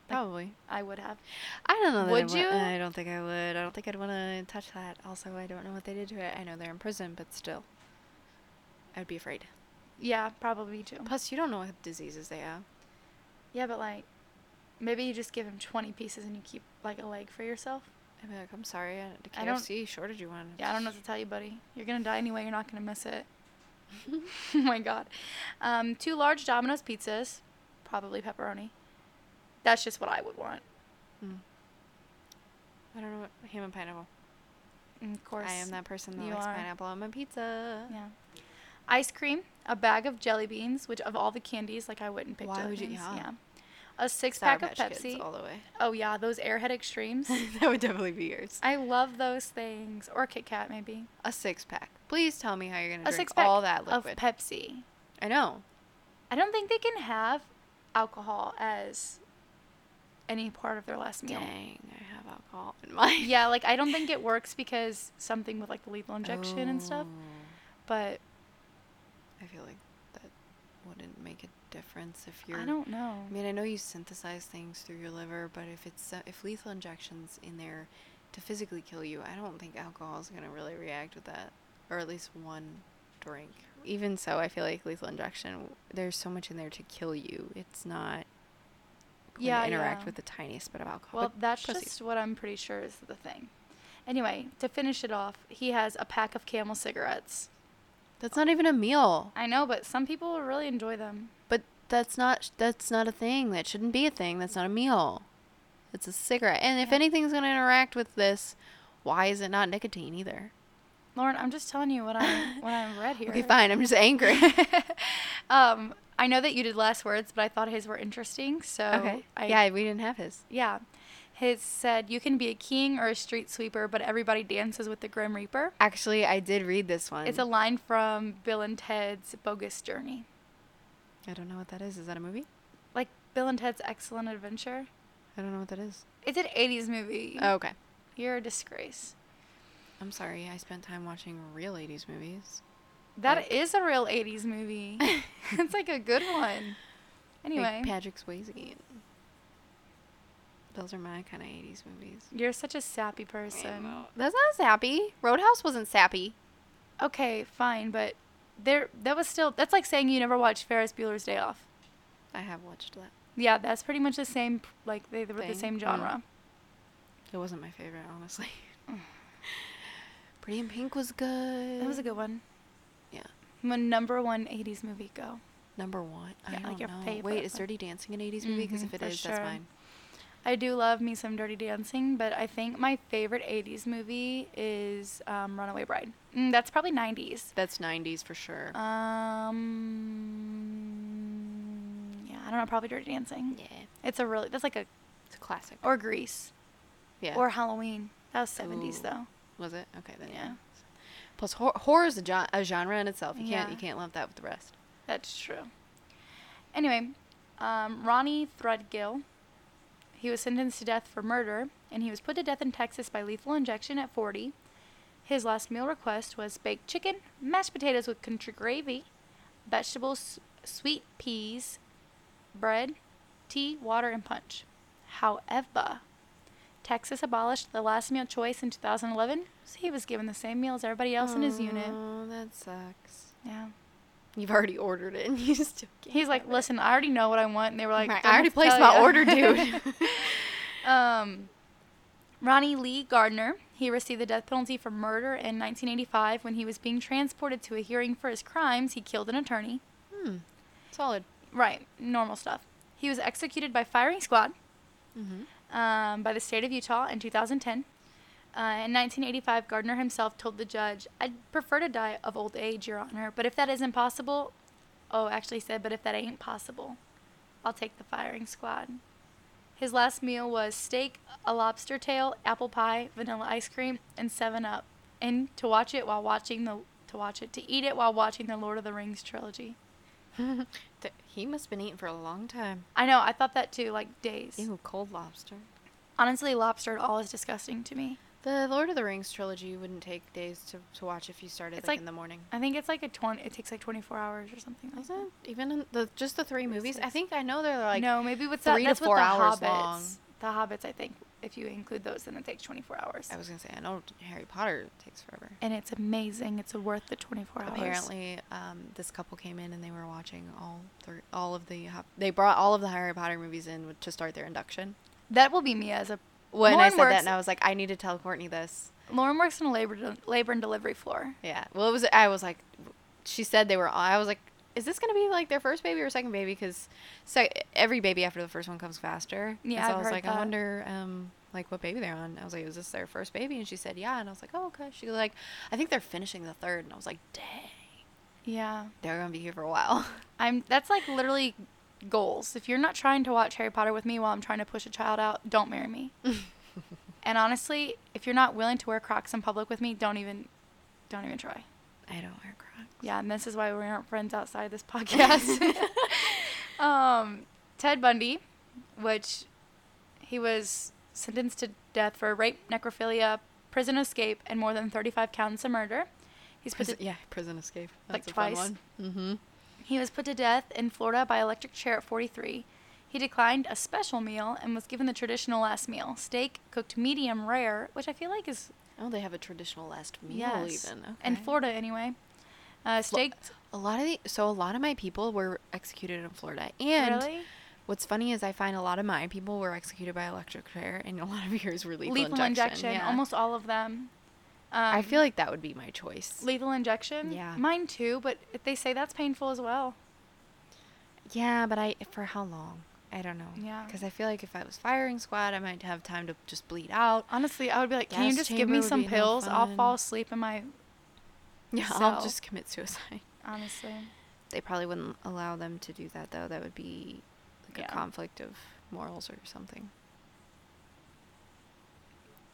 Like,
Probably.
I would have.
I don't know. that
Would
I
you?
I don't think I would. I don't think I'd want to touch that. Also, I don't know what they did to it. I know they're in prison, but still, I'd be afraid.
Yeah, probably too.
Plus, you don't know what diseases they have.
Yeah, but like, maybe you just give him 20 pieces and you keep like a leg for yourself.
I'd be like, I'm sorry. I, the
I don't-
KFC shorted you one.
Yeah, I don't know what to tell you, buddy. You're gonna die anyway. You're not gonna miss it. oh my god. Um, two large Domino's pizzas, probably pepperoni. That's just what I would want.
Mm. I don't know what ham and pineapple.
And of course.
I am that person that
you
likes
are.
pineapple on my pizza.
Yeah. Ice cream, a bag of jelly beans, which of all the candies, like I wouldn't pick
Why
jelly
would you-
beans.
yeah.
A six
Sour
pack of
Patch Kids
Pepsi.
all the way.
Oh yeah, those Airhead Extremes.
that would definitely be yours.
I love those things. Or Kit Kat maybe.
A six pack. Please tell me how you're gonna
A
drink
six pack
all that
of
liquid.
Pepsi.
I know.
I don't think they can have alcohol as any part of their last meal.
Dang, I have alcohol in my
Yeah, like I don't think it works because something with like the lethal injection and stuff.
Oh.
But
I feel like that wouldn't make a difference if you're.
I don't know.
I mean, I know you synthesize things through your liver, but if it's uh, if lethal injections in there to physically kill you, I don't think alcohol is gonna really react with that, or at least one drink. Even so, I feel like lethal injection. There's so much in there to kill you. It's not. Going
Yeah,
to interact
yeah.
with the tiniest bit of alcohol.
Well,
but
that's
proceed.
just what I'm pretty sure is the thing. Anyway, to finish it off, he has a pack of Camel cigarettes.
that's not even a meal.
I know, but some people really enjoy them.
But that's not that's not a thing. That shouldn't be a thing. That's not a meal. It's a cigarette. And if
Yeah.
anything's going to interact with this, why is it not nicotine either?
Lauren, I'm just telling you what I what I read here.
Okay, fine. I'm just angry.
Um, I know that you did last words, but I thought his were interesting, so
okay.
I
yeah, we didn't have his.
Yeah. His said, You can be a king or a street sweeper, but everybody dances with the Grim Reaper.
Actually, I did read this one.
It's a line from Bill and Ted's Bogus Journey.
I don't know what that is. Is that a movie?
Like Bill and Ted's Excellent Adventure.
I don't know what that is.
It's an 80s movie.
Oh, okay.
You're a disgrace.
I'm sorry. I spent time watching real 80s movies.
That is a real 80s movie. it's like a good one. Anyway,
Like Patrick Swayze. Those are my kind of 80s movies.
you're such a sappy person.
That's not sappy. Roadhouse wasn't sappy.
Okay, fine, but there that was still that's like saying you never watched Ferris Bueller's Day Off.
I have watched that.
Yeah, that's pretty much the same like they, they were the
Thing.
same
Mm.
genre.
It wasn't my favorite, honestly. Pretty in Pink was good.
That was a good one.
Yeah.
My number one 80s movie go.
Number one. I
Yeah,
don't
like your
know.
favorite
Wait, is
one.
Dirty Dancing an 80s movie? Because
Mhm,
if it
for
is,
sure.
that's mine.
I do love me some Dirty Dancing, but I think my favorite 80s movie is um, Runaway Bride. Mm, that's probably 90s.
That's 90s for sure.
Uh, Um, yeah, I don't know, probably Dirty Dancing.
yeah.
It's a really, that's like a,
It's a classic.
or Grease,
yeah.
or Halloween. That was 70s
Ooh.
though.
was it? Okay, then.
Yeah.
Yeah. Plus, hor- horror is a, gen- a genre in itself. You
Yeah.
can't you can't lump that with the rest.
That's true. Anyway, um, Ronnie Threadgill, he was sentenced to death for murder, and he was put to death in Texas by lethal injection at 40. His last meal request was baked chicken, mashed potatoes with country gravy, vegetables, sweet peas, bread, tea, water, and punch. However, Texas abolished the last meal choice in 2011, so he was given the same meal as everybody else in his unit.
Oh, that sucks.
Yeah.
You've already ordered it, and you still can't.
He's like,
have it.
listen, I already know what I want, and they were like,
Right,
"Don't
I already
have to
placed
tell
my
ya."
order, dude.
um, Ronnie Lee Gardner, he received the death penalty for murder in 1985 when he was being transported to a hearing for his crimes. He killed an attorney.
hmm. Solid.
Right, normal stuff. He was executed by firing squad
Mm-hmm.
um, by the state of Utah in 2010. Uh, in 1985, Gardner himself told the judge, I'd prefer to die of old age, Your Honor, but if that isn't possible, oh, actually, he said, but if that ain't possible, I'll take the firing squad. His last meal was steak, a lobster tail, apple pie, vanilla ice cream, and 7 Up, and to watch it while watching the to watch it, to eat it while watching the Lord of the Rings trilogy.
he must have been eating for a long time.
I know, I thought that too, like days.
Ew, cold lobster.
Honestly, lobster at all is disgusting to me.
The Lord of the Rings trilogy wouldn't take days to, to watch if you started
It's
like,
like-
in the morning.
I think it's like a twenty. It takes like twenty four hours or something like
Is
that.
it even in the just the three
Or
movies? I
six.
think I know they're like
no, maybe with
three
that,
to
that's with
four
the
hours
hobbits.
long.
The hobbits, I think, if you include those, then it takes twenty four hours.
I was gonna say I know Harry Potter takes forever.
And it's amazing. It's worth the twenty four hours.
Apparently, um, this couple came in and they were watching all thir- all of the Hop- they brought all of the Harry Potter movies in with- to start their induction.
that will be me as a.
When I
Lauren
said
works,
that, and I was like, I need to tell Courtney this.
Lauren works in a labor de- labor and delivery floor.
Yeah. Well, it was I was like, she said they were. all- I was like, is this gonna be like their first baby or second baby? Because se- every baby after the first one comes faster. And
Yeah,
So
I've
I was
heard
like,
that.
I wonder. Um, like what baby they're on? I was like, is this their first baby? And she said, yeah. And I was like, oh okay. She was like, I think they're finishing the third. And I was like, dang,
Yeah,
they're gonna be here for a while.
I'm. That's like literally goals. If you're not trying to watch Harry Potter with me while I'm trying to push a child out, don't marry me.
Mm.
and honestly, if you're not willing to wear Crocs in public with me, don't even, don't even try.
I don't wear Crocs.
Yeah, and this is why we aren't friends outside this podcast. um, Ted Bundy, which he was sentenced to death for rape, necrophilia, prison escape, and more than 35 counts of murder. He's put
Prison,
to,
yeah, prison escape.
Like
That's a fun
twice.
one. Mm-hmm.
he was put to death in Florida by electric chair at 43. He declined a special meal and was given the traditional last meal steak cooked medium rare, which I feel like is
Oh, they have a traditional last meal
yes,
even.
in
Okay.
Florida anyway. Uh, steak,
a lot of the, so a lot of my people were executed in Florida, and
really?
what's funny is I find a lot of my people were executed by electric chair, and a lot of yours were lethal,
lethal injection,
yeah.
almost all of them. Um,
I feel like that would be my choice.
lethal injection.
Yeah.
mine too. But they say that's painful as well.
yeah, but I for how long? I don't know.
Yeah.
because I feel like if I was firing squad, I might have time to just bleed out.
Honestly, I would be like, can you
Gas
just give me
chamber would
some
be no
pills? I'll
fun.
fall asleep in my.
Yeah,
So-
I'll just commit suicide.
Honestly,
They probably wouldn't allow them to do that though. That would be like
Yeah.
a conflict of morals or something.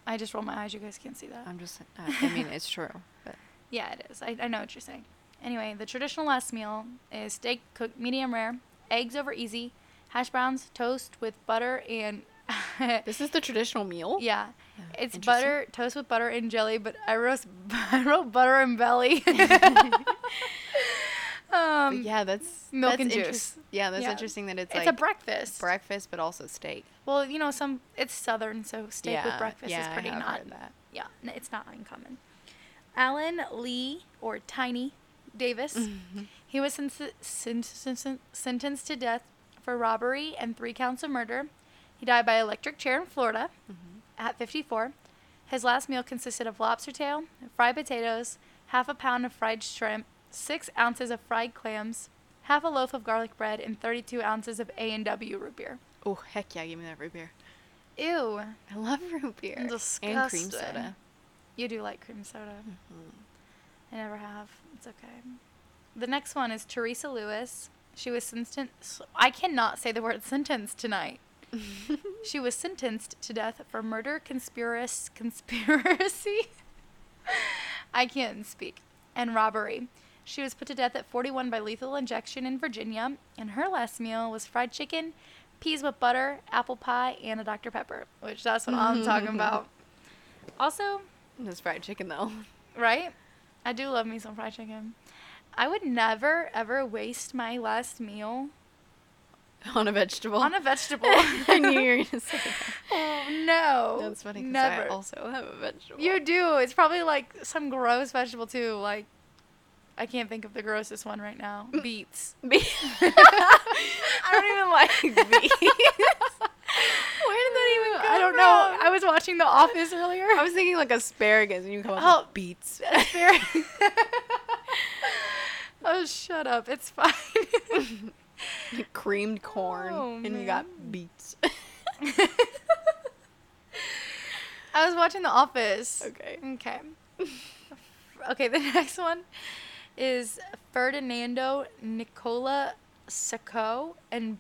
I just roll my eyes. You guys can't see that.
I'm just. I, I mean, it's true, but
Yeah, it is. I, I know what you're saying. Anyway, the traditional last meal is steak cooked medium rare, eggs over easy, hash browns, toast with butter and
This is the traditional meal.
yeah. It's
Interesting.
butter, toast with butter and jelly, but I wrote, I wrote butter and belly.
But
um,
yeah, that's
milk
that's
and
interest-
juice.
Yeah, that's
Yeah.
interesting that it's,
It's
like
a breakfast.
breakfast, but also steak.
well, you know, some it's southern, so steak
Yeah,
with breakfast
yeah,
is
I
pretty
have
not.
heard that.
Yeah, n- it's not uncommon. Alan Lee or Tiny Davis, he was sen- sen- sen- sen- sentenced to death for robbery and three counts of murder. He died by electric chair in Florida at 54. His last meal consisted of lobster tail, fried potatoes, half a pound of fried shrimp, six ounces of fried clams, half a loaf of garlic bread, and 32 ounces of A and W root beer.
Oh heck yeah, give me that root beer.
Ew,
I love root beer and cream
Disgusting.
soda.
you do like cream soda. I never have. It's okay. The next one is Teresa Lewis. She was sentenced. I cannot say the word sentenced tonight. she was sentenced to death for murder, conspiracy, conspiracy. I can't speak. And robbery. She was put to death at 41 by lethal injection in Virginia, and her last meal was fried chicken, peas with butter, apple pie, and a Dr. Pepper, which that's what I'm talking about. Also,
This fried chicken though.
Right? I do love me some fried chicken. I would never ever waste my last meal
On a vegetable.
on a vegetable.
I knew you were gonna say that.
Oh, no.
That's funny because I
Never.
also have a vegetable.
you do. It's probably like some gross vegetable too. Like I can't think of the grossest one right now. Beets.
Be- I don't even like beets. Where did that even
I don't know. I was watching The Office earlier.
I was thinking like asparagus, and you come up
Oh.
with beets.
Asparagus. oh, shut up. It's fine.
creamed corn,
Oh,
and you got beets.
I was watching The Office.
okay.
Okay. okay, the next one is Ferdinando Nicola Sacco and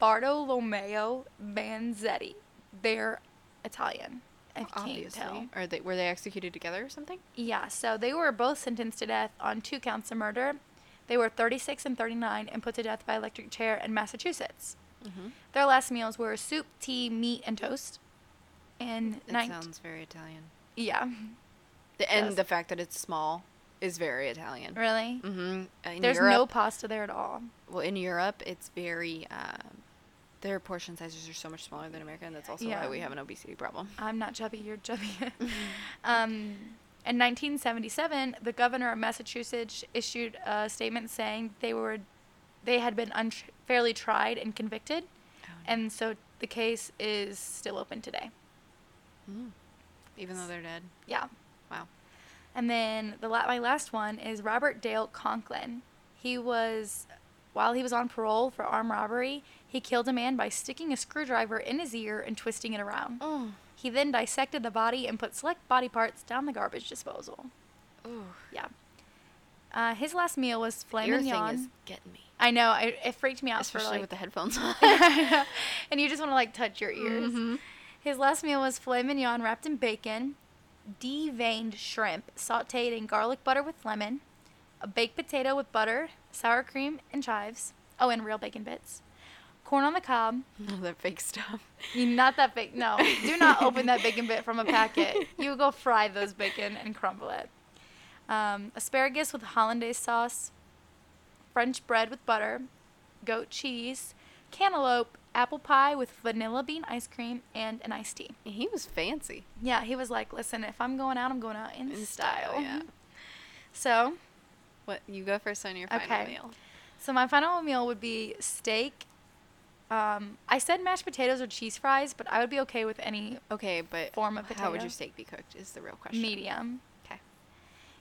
Bartolomeo Manzetti. They're Italian. I can't tell.
Obviously. Or they, were they executed together or something?
Yeah, so they were both sentenced to death on two counts of murder. They were 36 and 39 and put to death by electric chair in Massachusetts.
Mm-hmm.
Their last meals were soup, tea, meat, and toast. And
That
nine-
sounds very Italian.
yeah,
The, and
does.
the fact that it's small is very Italian.
really?
Mm-hmm. In
There's no
Europe,
pasta there at all.
well, in Europe, it's very. Um, their portion sizes are so much smaller than America, and that's also
Yeah.
why we have an obesity problem.
I'm not chubby, you're chubby. um, in 1977, the governor of Massachusetts issued a statement saying they were, they had been unfairly tried and convicted, and so the case is still open today.
Even though they're dead.
Yeah.
Wow.
And then the la- my last one is Robert Dale Conklin. He was, while he was on parole for armed robbery, he killed a man by sticking a screwdriver in his ear and twisting it around.
Oh.
He then dissected the body and put select body parts down the garbage disposal. Yeah. Uh, his last meal was filet
Your thing
mignon.
is getting me.
I know. I, it freaked me out
Especially
for like,
with the Mm-hmm. headphones on.
and you just want to like touch your ears. His last meal was filet mignon wrapped in bacon, deveined shrimp sautéed in garlic butter with lemon, a baked potato with butter, sour cream, and chives. Oh, and real bacon bits. Corn on the cob,
All that fake stuff.
you- Not that big. No, do not open that bacon bit from a packet. You go fry those bacon and crumble it. Um, asparagus with hollandaise sauce, French bread with butter, goat cheese, cantaloupe, apple pie with vanilla bean ice cream, and an iced tea.
He was fancy.
Yeah, he was like, "Listen, if I'm going out, I'm going out in,
In
style."
style, yeah.
So,
What you go first on your final
Okay.
meal?
So my final meal would be steak. Um, I said mashed potatoes or cheese fries, but I would be okay with any
Okay, but
Form of
how would
potato.
your steak be cooked is the real question.
medium.
Okay.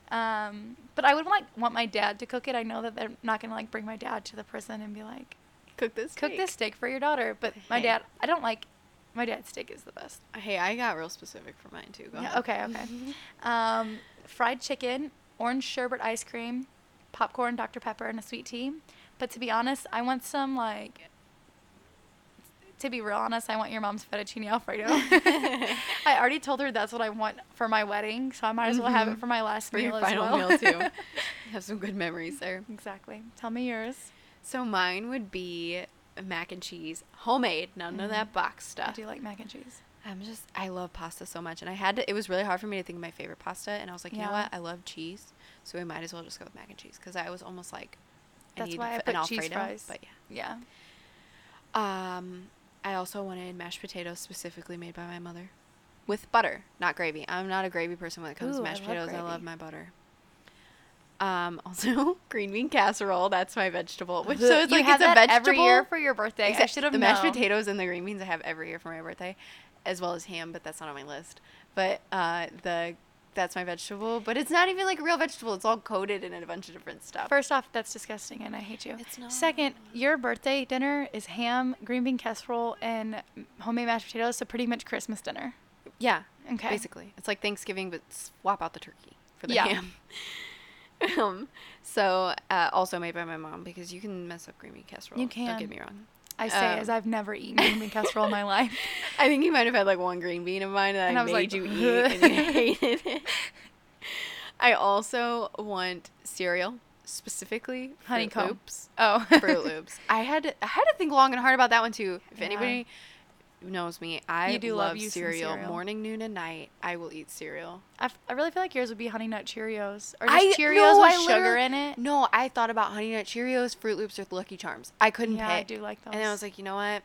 Um, but I would like want my dad to cook it. I know that they're not gonna like bring my dad to the prison and be like,
Cook this.
cook this steak for your daughter. But my
Hey.
dad, I don't like. My dad's steak is the best.
Hey, I got real specific for mine too. Go
Yeah,
ahead.
okay, okay. um, fried chicken, orange sherbet ice cream, popcorn, Dr Pepper, and a sweet tea. But to be honest, I want some like. To be real honest, I want your mom's fettuccine alfredo. I already told her that's what I want for my wedding, so I might as well have it for my last
Mm-hmm. For
meal
your
as
final
well.
meal too. Have some good memories there.
Exactly. Tell me yours.
So mine would be mac and cheese, homemade, none of that box
Mm-hmm. I
stuff.
do like mac and cheese.
I'm just I love pasta so much, and I had to. It was really hard for me to think of my favorite pasta, and I was like, you know
Yeah.
what? I love cheese, so we might as well just go with mac and cheese because I was almost like, I
That's
need
why I
f-
put
an
cheese
Alfredo,
fries.
But yeah.
Yeah.
Um, I also wanted mashed potatoes specifically made by my mother, with butter, not gravy. I'm not a gravy person when it comes
Ooh,
to
I
mashed
love
potatoes. I love
gravy.
my butter. Um, also green bean casserole. That's my vegetable. Which so it's
you
like
have
it's a
that
vegetable
every year for your birthday. I
Except
should have
the
known.
mashed potatoes and the green beans I have every year for my birthday, as well as ham, but that's not on my list. But uh, the that's my vegetable, but it's not even like a real vegetable. It's all coated in a bunch of different stuff.
First off, that's disgusting, and I hate you.
It's not.
Second, your birthday dinner is ham, green bean casserole, and homemade mashed potatoes. So pretty much Christmas dinner.
yeah,
Okay.
basically, it's like Thanksgiving, but swap out the turkey for the
Yeah.
ham. um, so uh, also made by my mom because you can mess up green bean casserole.
You
Don't
can.
get me wrong.
I say as
Um,
I've never eaten green bean casserole in my life.
I think you might have had like one green bean of mine that
And
I,
I was like,
made you eat and you hated it. I also want cereal, specifically Fruit
Honeycomb.
Loops.
Oh,
Fruit Loops. I had to, I had to think long and hard about that one too. If
Yeah.
anybody knows me, I
You do love
love,
you some
cereal.
cereal.
Morning, noon, and night. I will eat cereal.
I, f- I really feel like yours would be Honey Nut Cheerios or just
I-
Cheerios
no,
with
I
sugar
literally-
in it.
No, I thought about Honey Nut Cheerios, Fruit Loops, or Lucky Charms. I couldn't
Yeah,
pick.
I do like
And then I
those.
was like, you know what?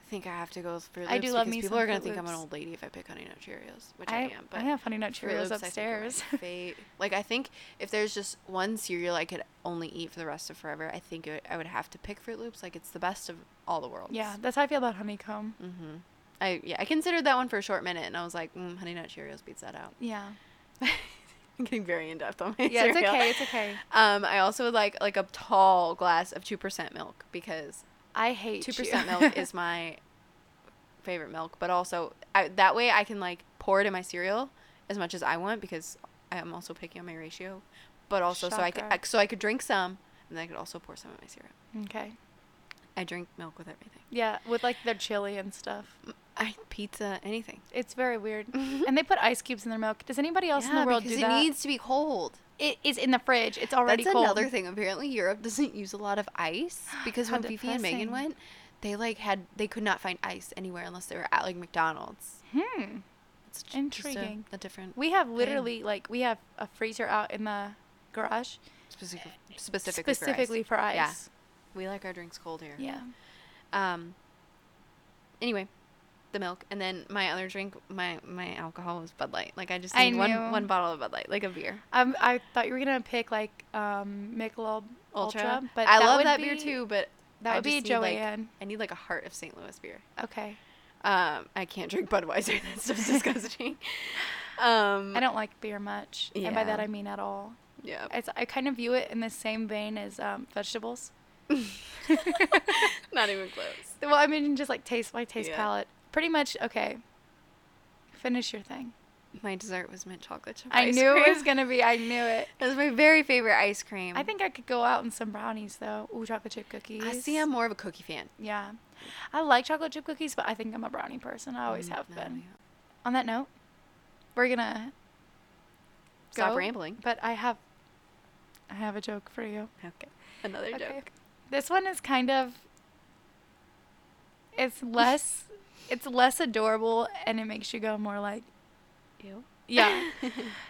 I think I have to go with Fruit Loops
I do love
because
me
people
some
are gonna
Froot
think I'm an
Loops.
old lady if I pick Honey Nut Cheerios, which I,
I,
am. But
I have Honey Nut
Fruit
Cheerios
Loops, I think, are my
upstairs.
fa- like I think if there's just one cereal I could only eat for the rest of forever, I think it, I would have to pick Fruit Loops. Like it's the best of all the worlds.
yeah, that's how I feel about honeycomb.
Mm-hmm. I yeah I considered that one for a short minute and I was like, mm, Honey Nut Cheerios beats that out.
Yeah.
I'm getting very in depth on my
Yeah, it's
cereal.
okay. It's okay.
Um, I also would like like a tall glass of two percent milk because
I hate
two
you.
percent milk is my favorite milk, but also I, that way I can like pour it in my cereal as much as I want because I'm also picking on my ratio, but also so I could
Shocker.
so I could drink some and then I could also pour some in my cereal.
okay.
I drink milk with everything. Mm,
Yeah, with like their chili and stuff.
I pizza anything.
It's very weird. and they put ice cubes in their milk. Does anybody else in the world do
because
that?
it needs to be cold.
it is in the fridge. It's already
That's
cold.
another thing. Apparently, Europe doesn't use a lot of ice because
How
when Fifi and Megan
depressing.
went, they like had they could not find ice anywhere unless they were at like McDonald's.
Hmm.
It's j- just a-
Intriguing.
a different
We have literally like we have a freezer out in the garage
Specific, specifically,
specifically, for ice.
Yeah. we like our drinks cold here.
Yeah.
Um. Anyway, the milk, and then my other drink, my my alcohol was Bud Light. Like I just
I
need one
knew.
one bottle of Bud Light, like a beer.
Um, I thought you were gonna pick like um Michelob
Ultra,
Ultra, but
I
that
love
would
that beer
be-
too. But
That
I
would be
just need, like-
Joanne.
I need like a heart of St. Louis beer.
okay.
Um, I can't drink Budweiser. That stuff's disgusting. Um,
I don't like beer much, and by that
Yeah.
I mean at all.
Yeah.
It's, I kind of view it in the same vein as um, vegetables.
Not even close.
Well, I mean, just like taste my taste
Yeah.
palette. Pretty much, okay. Finish your thing.
My dessert was mint chocolate chip
I
ice
knew
cream.
it was gonna be. I knew it.
That was my very favorite ice cream.
I think I could go out in some brownies though. Ooh, chocolate chip cookies.
I see. I'm more of a cookie fan.
Yeah, I like chocolate chip cookies, but I think I'm a brownie person. I always
Mm,
have
no,
been.
yeah.
On that note, we're gonna
Stop
go,
rambling.
But I have, I have a joke for you.
Okay. Another
Okay.
joke.
This one is kind of. It's less, it's less adorable, and it makes you go more like,
You.
yeah.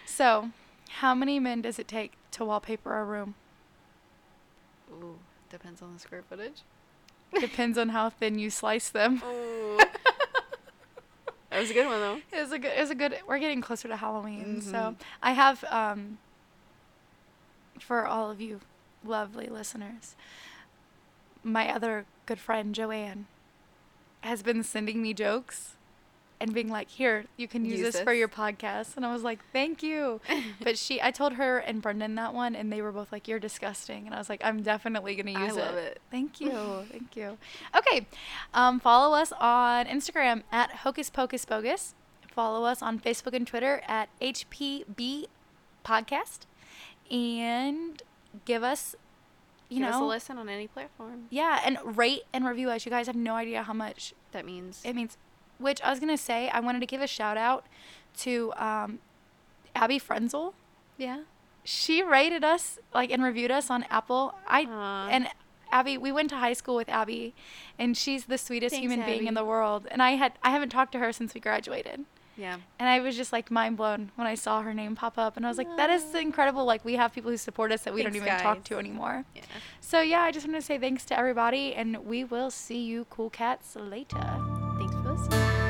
so, how many men does it take to wallpaper a room?
Ooh, depends on the square footage.
Depends on how thin you slice them.
Ooh. that was a good one though.
It was a good. It was a good. We're getting closer to Halloween, so
Mhm.
I have um. For all of you, lovely listeners, my other good friend Joanne has been sending me jokes, and being like, "Here, you can use,
Use
this, for
this.
your podcast," and I was like, "Thank you." but she, I told her and Brendan that one, and they were both like, "You're disgusting," and I was like, "I'm definitely gonna
I
use
love it.
Thank you. Thank you. Okay. Um, follow us on Instagram at Hocus Pocus Bogus. Follow us on Facebook and Twitter at HPB Podcast. And give us, you know,
Give us a listen on any platform.
yeah, and rate and review us. You guys have no idea how much
That means
it means. Which I was going to say, I wanted to give a shout out to um, Abby Frenzel.
yeah.
She rated us, like, and reviewed us on Apple. I
Aw.
and Abby, we went to high school with Abby, and she's the sweetest
Thanks,
human being
Abby.
in the world. And I had I haven't talked to her since we graduated.
Yeah.
And I was just like mind blown when I saw her name pop up, and I was like, that is
Aw.
incredible. Like we have people who support us that we don't
Thanks,
even talk
guys.
to anymore.
Yeah.
So yeah, I just want to say thanks to everybody, and we will see you cool cats later.
Thanks for listening.